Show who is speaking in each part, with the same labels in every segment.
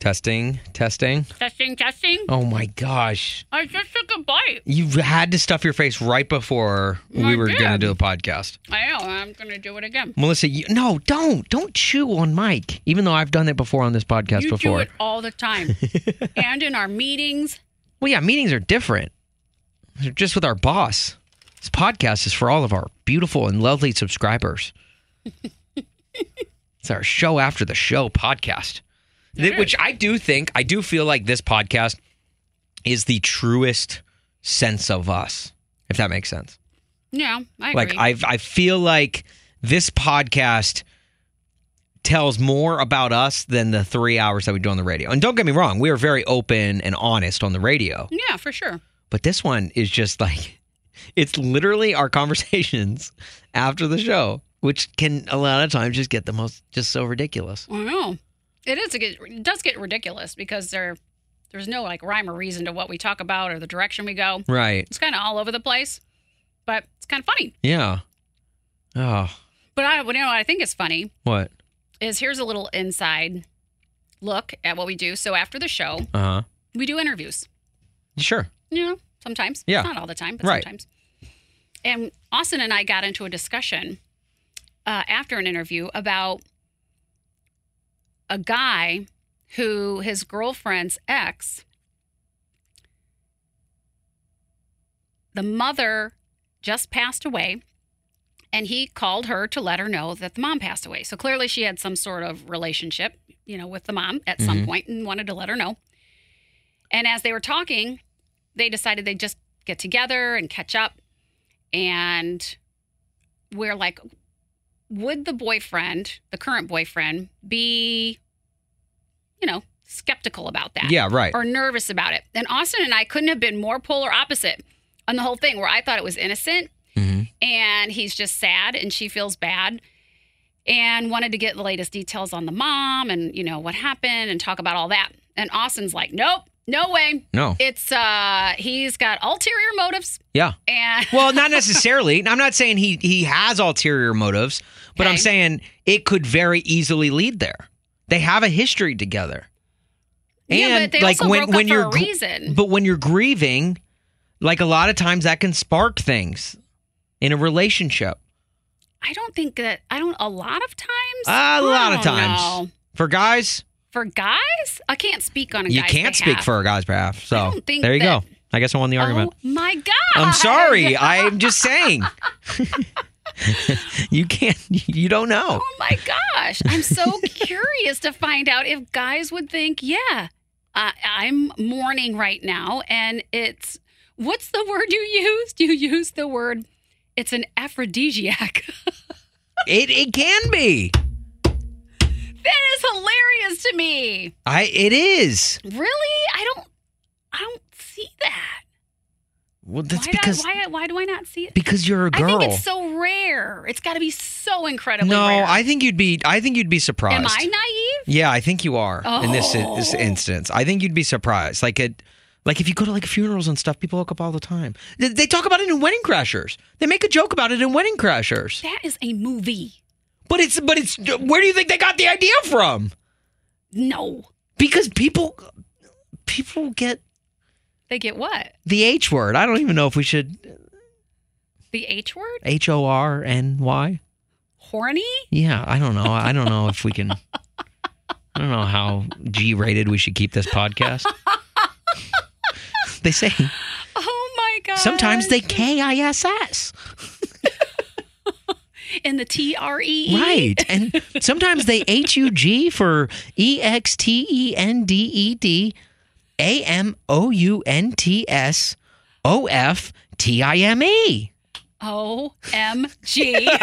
Speaker 1: Testing, testing.
Speaker 2: Testing, testing.
Speaker 1: Oh my gosh.
Speaker 2: I just took a bite.
Speaker 1: You had to stuff your face right before we
Speaker 2: I
Speaker 1: were going to
Speaker 2: did.
Speaker 1: do a podcast.
Speaker 2: I know. I'm gonna do it again.
Speaker 1: Melissa, you, no, don't. Don't chew on Mike, even though I've done it before on this podcast
Speaker 2: you do
Speaker 1: before.
Speaker 2: it all the time, and in our meetings.
Speaker 1: Well, yeah, meetings are different. They're just with our boss. This podcast is for all of our beautiful and lovely subscribers. it's our show after the show podcast, Th- which I do think, I do feel like this podcast is the truest sense of us, if that makes sense.
Speaker 2: Yeah, I agree.
Speaker 1: like I I feel like this podcast tells more about us than the 3 hours that we do on the radio. And don't get me wrong, we are very open and honest on the radio,
Speaker 2: yeah, for sure.
Speaker 1: but this one is just like it's literally our conversations after the show, which can a lot of times just get the most just so ridiculous.
Speaker 2: I know. It is. It, get, it does get ridiculous because there, there's no like rhyme or reason to what we talk about or the direction we go.
Speaker 1: Right.
Speaker 2: It's kind of all over the place, but it's kind of funny.
Speaker 1: Yeah. Oh,
Speaker 2: But I, you know, what I think is funny
Speaker 1: what?
Speaker 2: is here's a little inside look at what we do. So after the show,
Speaker 1: Uh-huh.
Speaker 2: we do interviews.
Speaker 1: Sure.
Speaker 2: you know, sometimes.
Speaker 1: Yeah.
Speaker 2: Not all the time, but
Speaker 1: Right.
Speaker 2: sometimes. And Austin and I got into a discussion uh, after an interview about a guy who his girlfriend's ex, the mother just passed away. And he called her to let her know that the mom passed away. So clearly she had some sort of relationship, you know, with the mom at some point and wanted to let her know. And as they were talking, they decided they'd just get together and catch up. And we're like, would the boyfriend, the current boyfriend, be, you know, skeptical about that?
Speaker 1: Yeah, right.
Speaker 2: Or nervous about it? And Austin and I couldn't have been more polar opposite on the whole thing, where I thought it was innocent
Speaker 1: Mhm.
Speaker 2: and he's just sad and she feels bad and wanted to get the latest details on the mom and you know what happened and talk about all that and austin's like nope no way
Speaker 1: No.
Speaker 2: it's uh he's got ulterior motives
Speaker 1: Yeah.
Speaker 2: and
Speaker 1: Well, not necessarily. I'm not saying he he has ulterior motives, but I'm
Speaker 2: Okay.
Speaker 1: saying it could very easily lead there. They have a history together. And
Speaker 2: yeah, but they
Speaker 1: like
Speaker 2: also
Speaker 1: when
Speaker 2: broke
Speaker 1: when
Speaker 2: up
Speaker 1: you're
Speaker 2: for a
Speaker 1: gr-
Speaker 2: reason
Speaker 1: but when you're grieving, like a lot of times that can spark things in a relationship.
Speaker 2: i don't think that i don't a lot of times
Speaker 1: A lot
Speaker 2: I
Speaker 1: of
Speaker 2: don't
Speaker 1: times.
Speaker 2: know.
Speaker 1: For guys,
Speaker 2: for guys i can't speak on a
Speaker 1: you
Speaker 2: guy's
Speaker 1: can't speak
Speaker 2: behalf.
Speaker 1: for a guy's behalf. So
Speaker 2: don't think
Speaker 1: there you
Speaker 2: that-
Speaker 1: go. I guess I won the
Speaker 2: oh
Speaker 1: argument.
Speaker 2: my god
Speaker 1: I'm sorry. I'm just saying. you can't you don't know.
Speaker 2: Oh my gosh. I'm so curious to find out if guys would think, yeah, uh, I'm mourning right now. And it's, what's the word you used? You used the word, it's an aphrodisiac.
Speaker 1: It it can be.
Speaker 2: that is hilarious to me.
Speaker 1: I it is.
Speaker 2: Really? I don't, I don't see that.
Speaker 1: Well, that's
Speaker 2: why, do I-
Speaker 1: because
Speaker 2: why, why do I not see it?
Speaker 1: because you're a
Speaker 2: I
Speaker 1: girl.
Speaker 2: think it's so rare. It's got to be so incredibly
Speaker 1: no,
Speaker 2: rare.
Speaker 1: I think you'd be. I think you'd be surprised.
Speaker 2: Am I naive?
Speaker 1: Yeah, I think you are in this, in this
Speaker 2: Oh.
Speaker 1: instance. I think you'd be surprised. Like it, like if you go to like funerals and stuff, people hook up all the time. They, they talk about it in Wedding Crashers. They make a joke about it in Wedding Crashers.
Speaker 2: That is a movie.
Speaker 1: But it's but it's where do you think they got the idea from?
Speaker 2: No.
Speaker 1: Because people people get
Speaker 2: They get what?
Speaker 1: the H word. I don't even know if we should
Speaker 2: The H word?
Speaker 1: H O R N Y.
Speaker 2: horny?
Speaker 1: Yeah, I don't know. I don't know if we can. I don't know how G-rated we should keep this podcast. they say
Speaker 2: Oh my god.
Speaker 1: sometimes they K-I-S-S,
Speaker 2: in the T R E E.
Speaker 1: right? And sometimes they H-U-G for E E-X-T-E-N-D-E-D, A-M-O-U-N-T-S, O-F-T-I-M-E.
Speaker 2: O M G.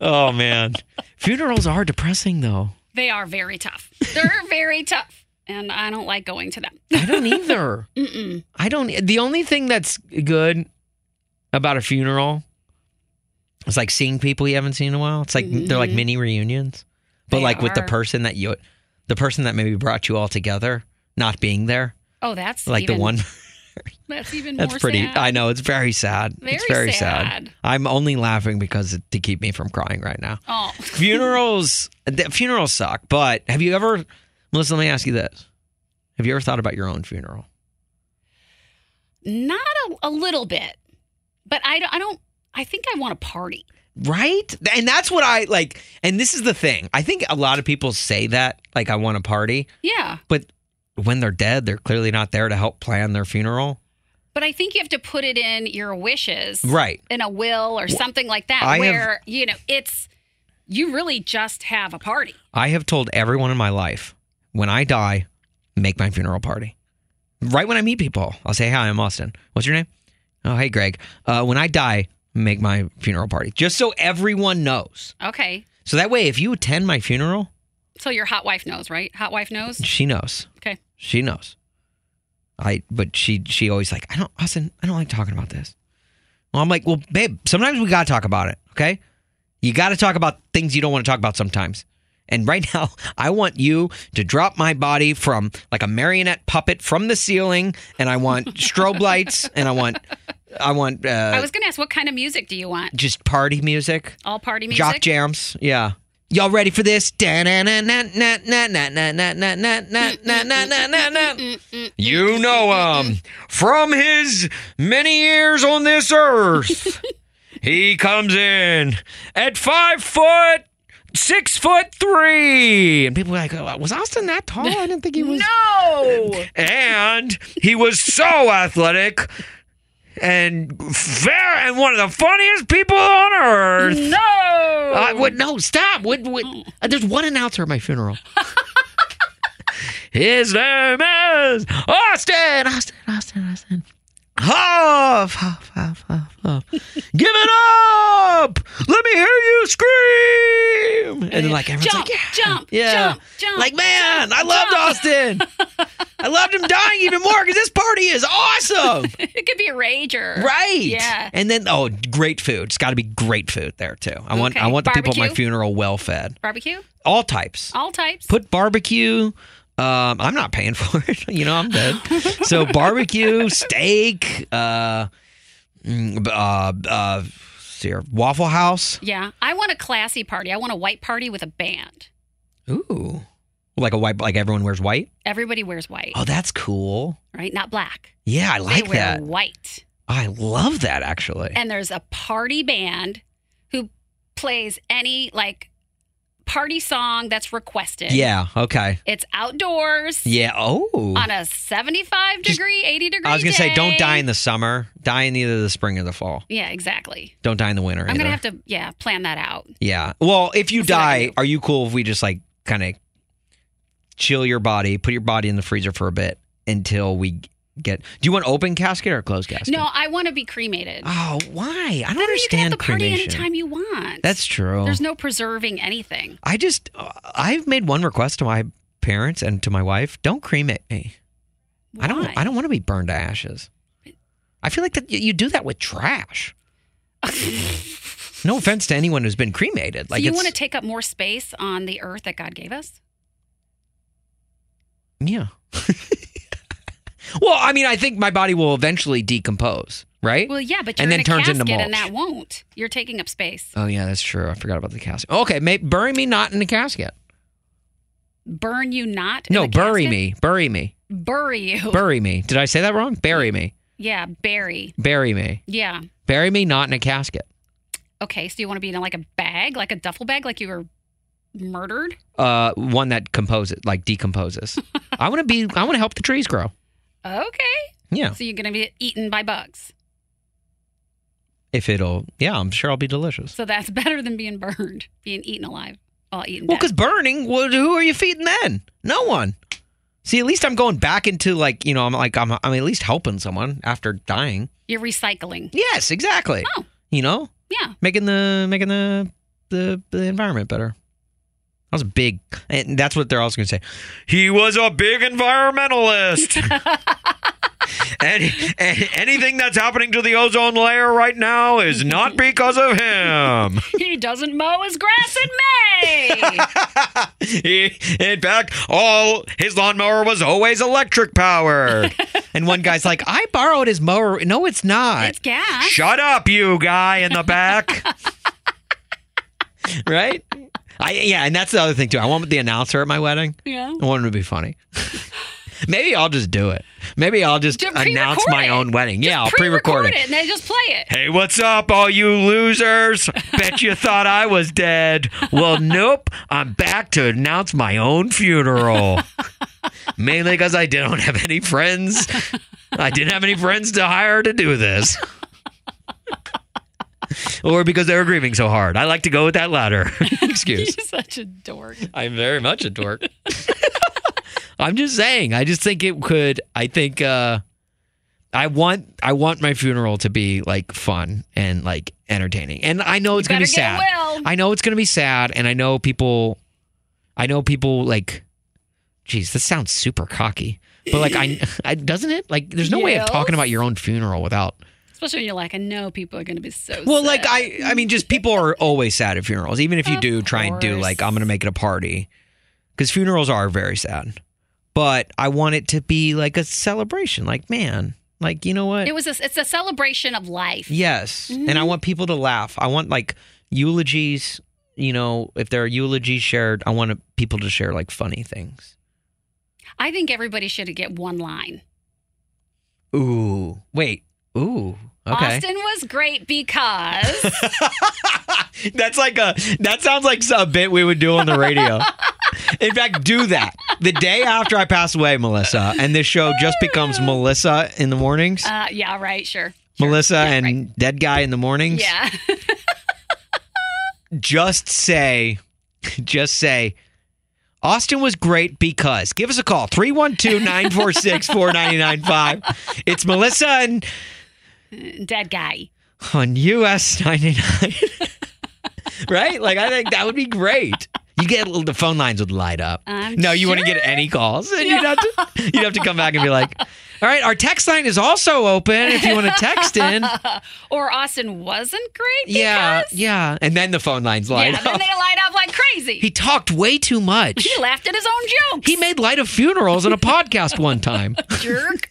Speaker 1: oh man, funerals are depressing though.
Speaker 2: They are very tough. They're very tough, and I don't like going to them.
Speaker 1: I don't either.
Speaker 2: Mm-mm.
Speaker 1: I don't. The only thing that's good about a funeral is like seeing people you haven't seen in a while. It's like they're like
Speaker 2: Mhm.
Speaker 1: mini reunions, but
Speaker 2: They
Speaker 1: like with the
Speaker 2: are.
Speaker 1: person that you, the person that maybe brought you all together, not being there.
Speaker 2: Oh, that's
Speaker 1: Like
Speaker 2: even-
Speaker 1: the one
Speaker 2: That's even
Speaker 1: that's
Speaker 2: more.
Speaker 1: pretty.
Speaker 2: sad.
Speaker 1: I know it's very sad. it's very sad. I'm only laughing because it, to keep me from crying right now.
Speaker 2: Oh,
Speaker 1: Funerals, th- funerals suck. But have you ever, Melissa? Let me ask you this: Have you ever thought about your own funeral?
Speaker 2: not a, a little bit, but I, don't- I don't. I think I want a party.
Speaker 1: Right? And that's what I like. And this is the thing. I think a lot of people say that, like, I want a party,
Speaker 2: Yeah,
Speaker 1: but when they're dead, they're clearly not there to help plan their funeral.
Speaker 2: but I think you have to put it in your wishes,
Speaker 1: Right.
Speaker 2: In a will or something like that,
Speaker 1: I have-
Speaker 2: where you know it's you really just have a party.
Speaker 1: I have told everyone in my life when I die, make my funeral party. Right when I meet people, I'll say, Hi, I'm Austin. What's your name? Oh, hey, Greg. Uh, when I die, make my funeral party, just so everyone knows.
Speaker 2: Okay,
Speaker 1: So that way, if you attend my funeral,
Speaker 2: so your hot wife knows, right? Hot wife knows.
Speaker 1: She knows.
Speaker 2: Okay.
Speaker 1: She knows. I but she she always like, I don't Austin, I don't like talking about this. Well, I'm like, well, babe, sometimes we gotta talk about it, okay? You gotta talk about things you don't want to talk about sometimes. And right now, I want you to drop my body from like a marionette puppet from the ceiling, and I want strobe lights, and I want, I want uh,
Speaker 2: I was going to ask, what kind of music do you want?
Speaker 1: just party music.
Speaker 2: All party music.
Speaker 1: Jock jams. Yeah. Y'all ready for this? You know him from his many years on this earth. he comes in at five foot, six foot three, and people are like, oh, "Was Austin that tall? I didn't think he was."
Speaker 2: no.
Speaker 1: and he was so athletic and fair and one of the funniest people on earth.
Speaker 2: No.
Speaker 1: I would no stop. Would, would uh, there's one announcer at my funeral. His name is Austin. Austin. Austin. Austin. Huff, huff, huff, huff, huff. Give it up! Let me hear you scream! And then, like, everyone's
Speaker 2: Jump,
Speaker 1: like, yeah,
Speaker 2: jump,
Speaker 1: yeah.
Speaker 2: jump, jump,
Speaker 1: Like, man, I loved Austin. I loved him dying even more because this party is awesome.
Speaker 2: it could be a rager.
Speaker 1: Right.
Speaker 2: Yeah.
Speaker 1: And then oh, great food. It's got to be great food there too. I want
Speaker 2: Okay.
Speaker 1: I want the people at my
Speaker 2: Barbecue?
Speaker 1: funeral well fed.
Speaker 2: Barbecue,
Speaker 1: All types.
Speaker 2: all types.
Speaker 1: Put barbecue. Um, I'm not paying for it. you know, I'm dead. so barbecue, steak, uh, mm, uh, uh, here, Waffle House.
Speaker 2: yeah, I want a classy party. I want a white party with a band.
Speaker 1: Ooh, like a white, like everyone wears white.
Speaker 2: Everybody wears white,
Speaker 1: Oh, that's cool.
Speaker 2: right? Not black.
Speaker 1: Yeah, I like
Speaker 2: they wear
Speaker 1: that.
Speaker 2: white.
Speaker 1: I love that actually.
Speaker 2: And there's a party band who plays any like party song that's requested.
Speaker 1: Yeah. Okay.
Speaker 2: It's outdoors
Speaker 1: Yeah. Oh.
Speaker 2: on a 75
Speaker 1: Just-
Speaker 2: degree, 80 degree
Speaker 1: I was gonna say, don't
Speaker 2: day.
Speaker 1: die in the summer. Die in either the spring or the fall.
Speaker 2: Yeah, exactly.
Speaker 1: Don't die in the winter.
Speaker 2: I'm
Speaker 1: either.
Speaker 2: gonna have to yeah plan that out.
Speaker 1: Yeah. Well, if you
Speaker 2: That's what I
Speaker 1: die,
Speaker 2: do.
Speaker 1: are you cool if we just like kind of chill your body, put your body in the freezer for a bit until we get? Do you want open casket or closed casket?
Speaker 2: No, I want to be cremated.
Speaker 1: Oh, why? I don't
Speaker 2: Remember, you can have
Speaker 1: understand
Speaker 2: the party
Speaker 1: cremation.
Speaker 2: anytime you want.
Speaker 1: That's true.
Speaker 2: There's no preserving anything.
Speaker 1: I just uh, I've made one request to my parents and to my wife: don't cremate me. I don't.
Speaker 2: Why?
Speaker 1: I don't want to be burned to ashes. I feel like that you- you do that with trash. No offense to anyone who's been cremated.
Speaker 2: so
Speaker 1: Like
Speaker 2: you
Speaker 1: it's-
Speaker 2: want to take up more space on the earth that God gave us?
Speaker 1: Yeah. well, I mean, I think my body will eventually decompose, right?
Speaker 2: Well, yeah, but you're
Speaker 1: And then
Speaker 2: in a
Speaker 1: turns into
Speaker 2: casket and
Speaker 1: mulch.
Speaker 2: that won't. You're taking up space.
Speaker 1: oh yeah, that's true. I forgot about the casket. Okay, may- bury me not in the casket.
Speaker 2: Burn you not? in
Speaker 1: No,
Speaker 2: a
Speaker 1: bury
Speaker 2: casket? Oh.
Speaker 1: me. Bury me.
Speaker 2: Bury you.
Speaker 1: Bury me. Did I say that wrong? Bury me.
Speaker 2: yeah, bury.
Speaker 1: Bury me.
Speaker 2: Yeah.
Speaker 1: Bury me not in a casket.
Speaker 2: Okay, so you want to be in like a bag, like a duffel bag, like you were murdered?
Speaker 1: Uh, one that composes, like decomposes. I want to be. I want to help the trees grow.
Speaker 2: Okay.
Speaker 1: Yeah,
Speaker 2: So you're going to be eaten by bugs.
Speaker 1: if it'll. Yeah, I'm sure I'll be delicious.
Speaker 2: So that's better than being burned, being eaten alive. Well, eaten
Speaker 1: Well,
Speaker 2: dead.
Speaker 1: because burning. Well, who are you feeding then? No one. See, at least I'm going back into like you know I'm like I'm I'm at least helping someone after dying.
Speaker 2: you're recycling.
Speaker 1: Yes, exactly.
Speaker 2: Oh.
Speaker 1: You know,
Speaker 2: Yeah.
Speaker 1: making the making the the, the environment better. That was a big, and that's what they're also going to say. He was a big environmentalist, and, and anything that's happening to the ozone layer right now is not because of him.
Speaker 2: he doesn't mow his grass in May.
Speaker 1: he, in fact, all his lawnmower was always electric powered. and one guy's like, "I borrowed his mower." No, it's not.
Speaker 2: it's gas.
Speaker 1: Shut up, you guy in the back. right? I yeah, and that's the other thing too. I want the announcer at my wedding.
Speaker 2: Yeah.
Speaker 1: I want him to be funny. Maybe I'll just do it. Maybe I'll just
Speaker 2: Just
Speaker 1: announce
Speaker 2: pre-record
Speaker 1: my
Speaker 2: it.
Speaker 1: own wedding. yeah, I'll
Speaker 2: Pre-record
Speaker 1: pre-record it.
Speaker 2: it and then just play it.
Speaker 1: Hey, what's up, all you losers? Bet you thought I was dead. Well, nope. I'm back to announce my own funeral. Mainly because I don't have any friends. I didn't have any friends to hire to do this. or because they were grieving so hard. I like to go with that latter excuse.
Speaker 2: You're such a dork.
Speaker 1: I'm very much a dork. I'm just saying. I just think it could. I think. uh I want. I want my funeral to be like fun and like entertaining. And I know it's gonna be
Speaker 2: better
Speaker 1: sad.
Speaker 2: get well.
Speaker 1: I know it's gonna be sad. And I know people. I know people like. Geez, this sounds super cocky. But like, I, I doesn't it? Like, there's no way of
Speaker 2: Yes.
Speaker 1: talking about your own funeral without
Speaker 2: Especially when you're like, I know people are going to be so
Speaker 1: well,
Speaker 2: sad.
Speaker 1: like I, I mean, just people are always sad at funerals. Even if you
Speaker 2: Of
Speaker 1: do try and do
Speaker 2: course.
Speaker 1: like I'm going to make it a party, because funerals are very sad. But I want it to be like a celebration. Like man, like you know what?
Speaker 2: It was Mm-hmm. a, it's a celebration of life.
Speaker 1: yes, and I want people to laugh. I want like eulogies. You know, if there are eulogies shared, I want people to share like funny things.
Speaker 2: I think everybody should get one line.
Speaker 1: Ooh, wait. Ooh, okay.
Speaker 2: Austin was great because
Speaker 1: That's like a that sounds like a bit we would do on the radio. In fact, do that. The day after I pass away, Melissa, and this show just becomes Melissa in the mornings.
Speaker 2: uh, yeah, right, sure.
Speaker 1: Melissa
Speaker 2: Yeah,
Speaker 1: and
Speaker 2: right.
Speaker 1: dead guy in the mornings.
Speaker 2: Yeah.
Speaker 1: Just say just say Austin was great because. Give us a call 312-946-4995. It's Melissa and
Speaker 2: Dead guy.
Speaker 1: on US 99. right? Like, I think that would be great. You get the phone lines would light up.
Speaker 2: I'm
Speaker 1: no, you wouldn't get any calls, and you'd have to you'd have to come back and be like, "All right, our text line is also open if you want to text in."
Speaker 2: Or Austin wasn't great because.
Speaker 1: yeah, yeah, and then the phone lines light
Speaker 2: yeah, then
Speaker 1: up.
Speaker 2: they light up like crazy.
Speaker 1: he talked way too much.
Speaker 2: he laughed at his own jokes.
Speaker 1: He made light of funerals on a podcast one time.
Speaker 2: jerk.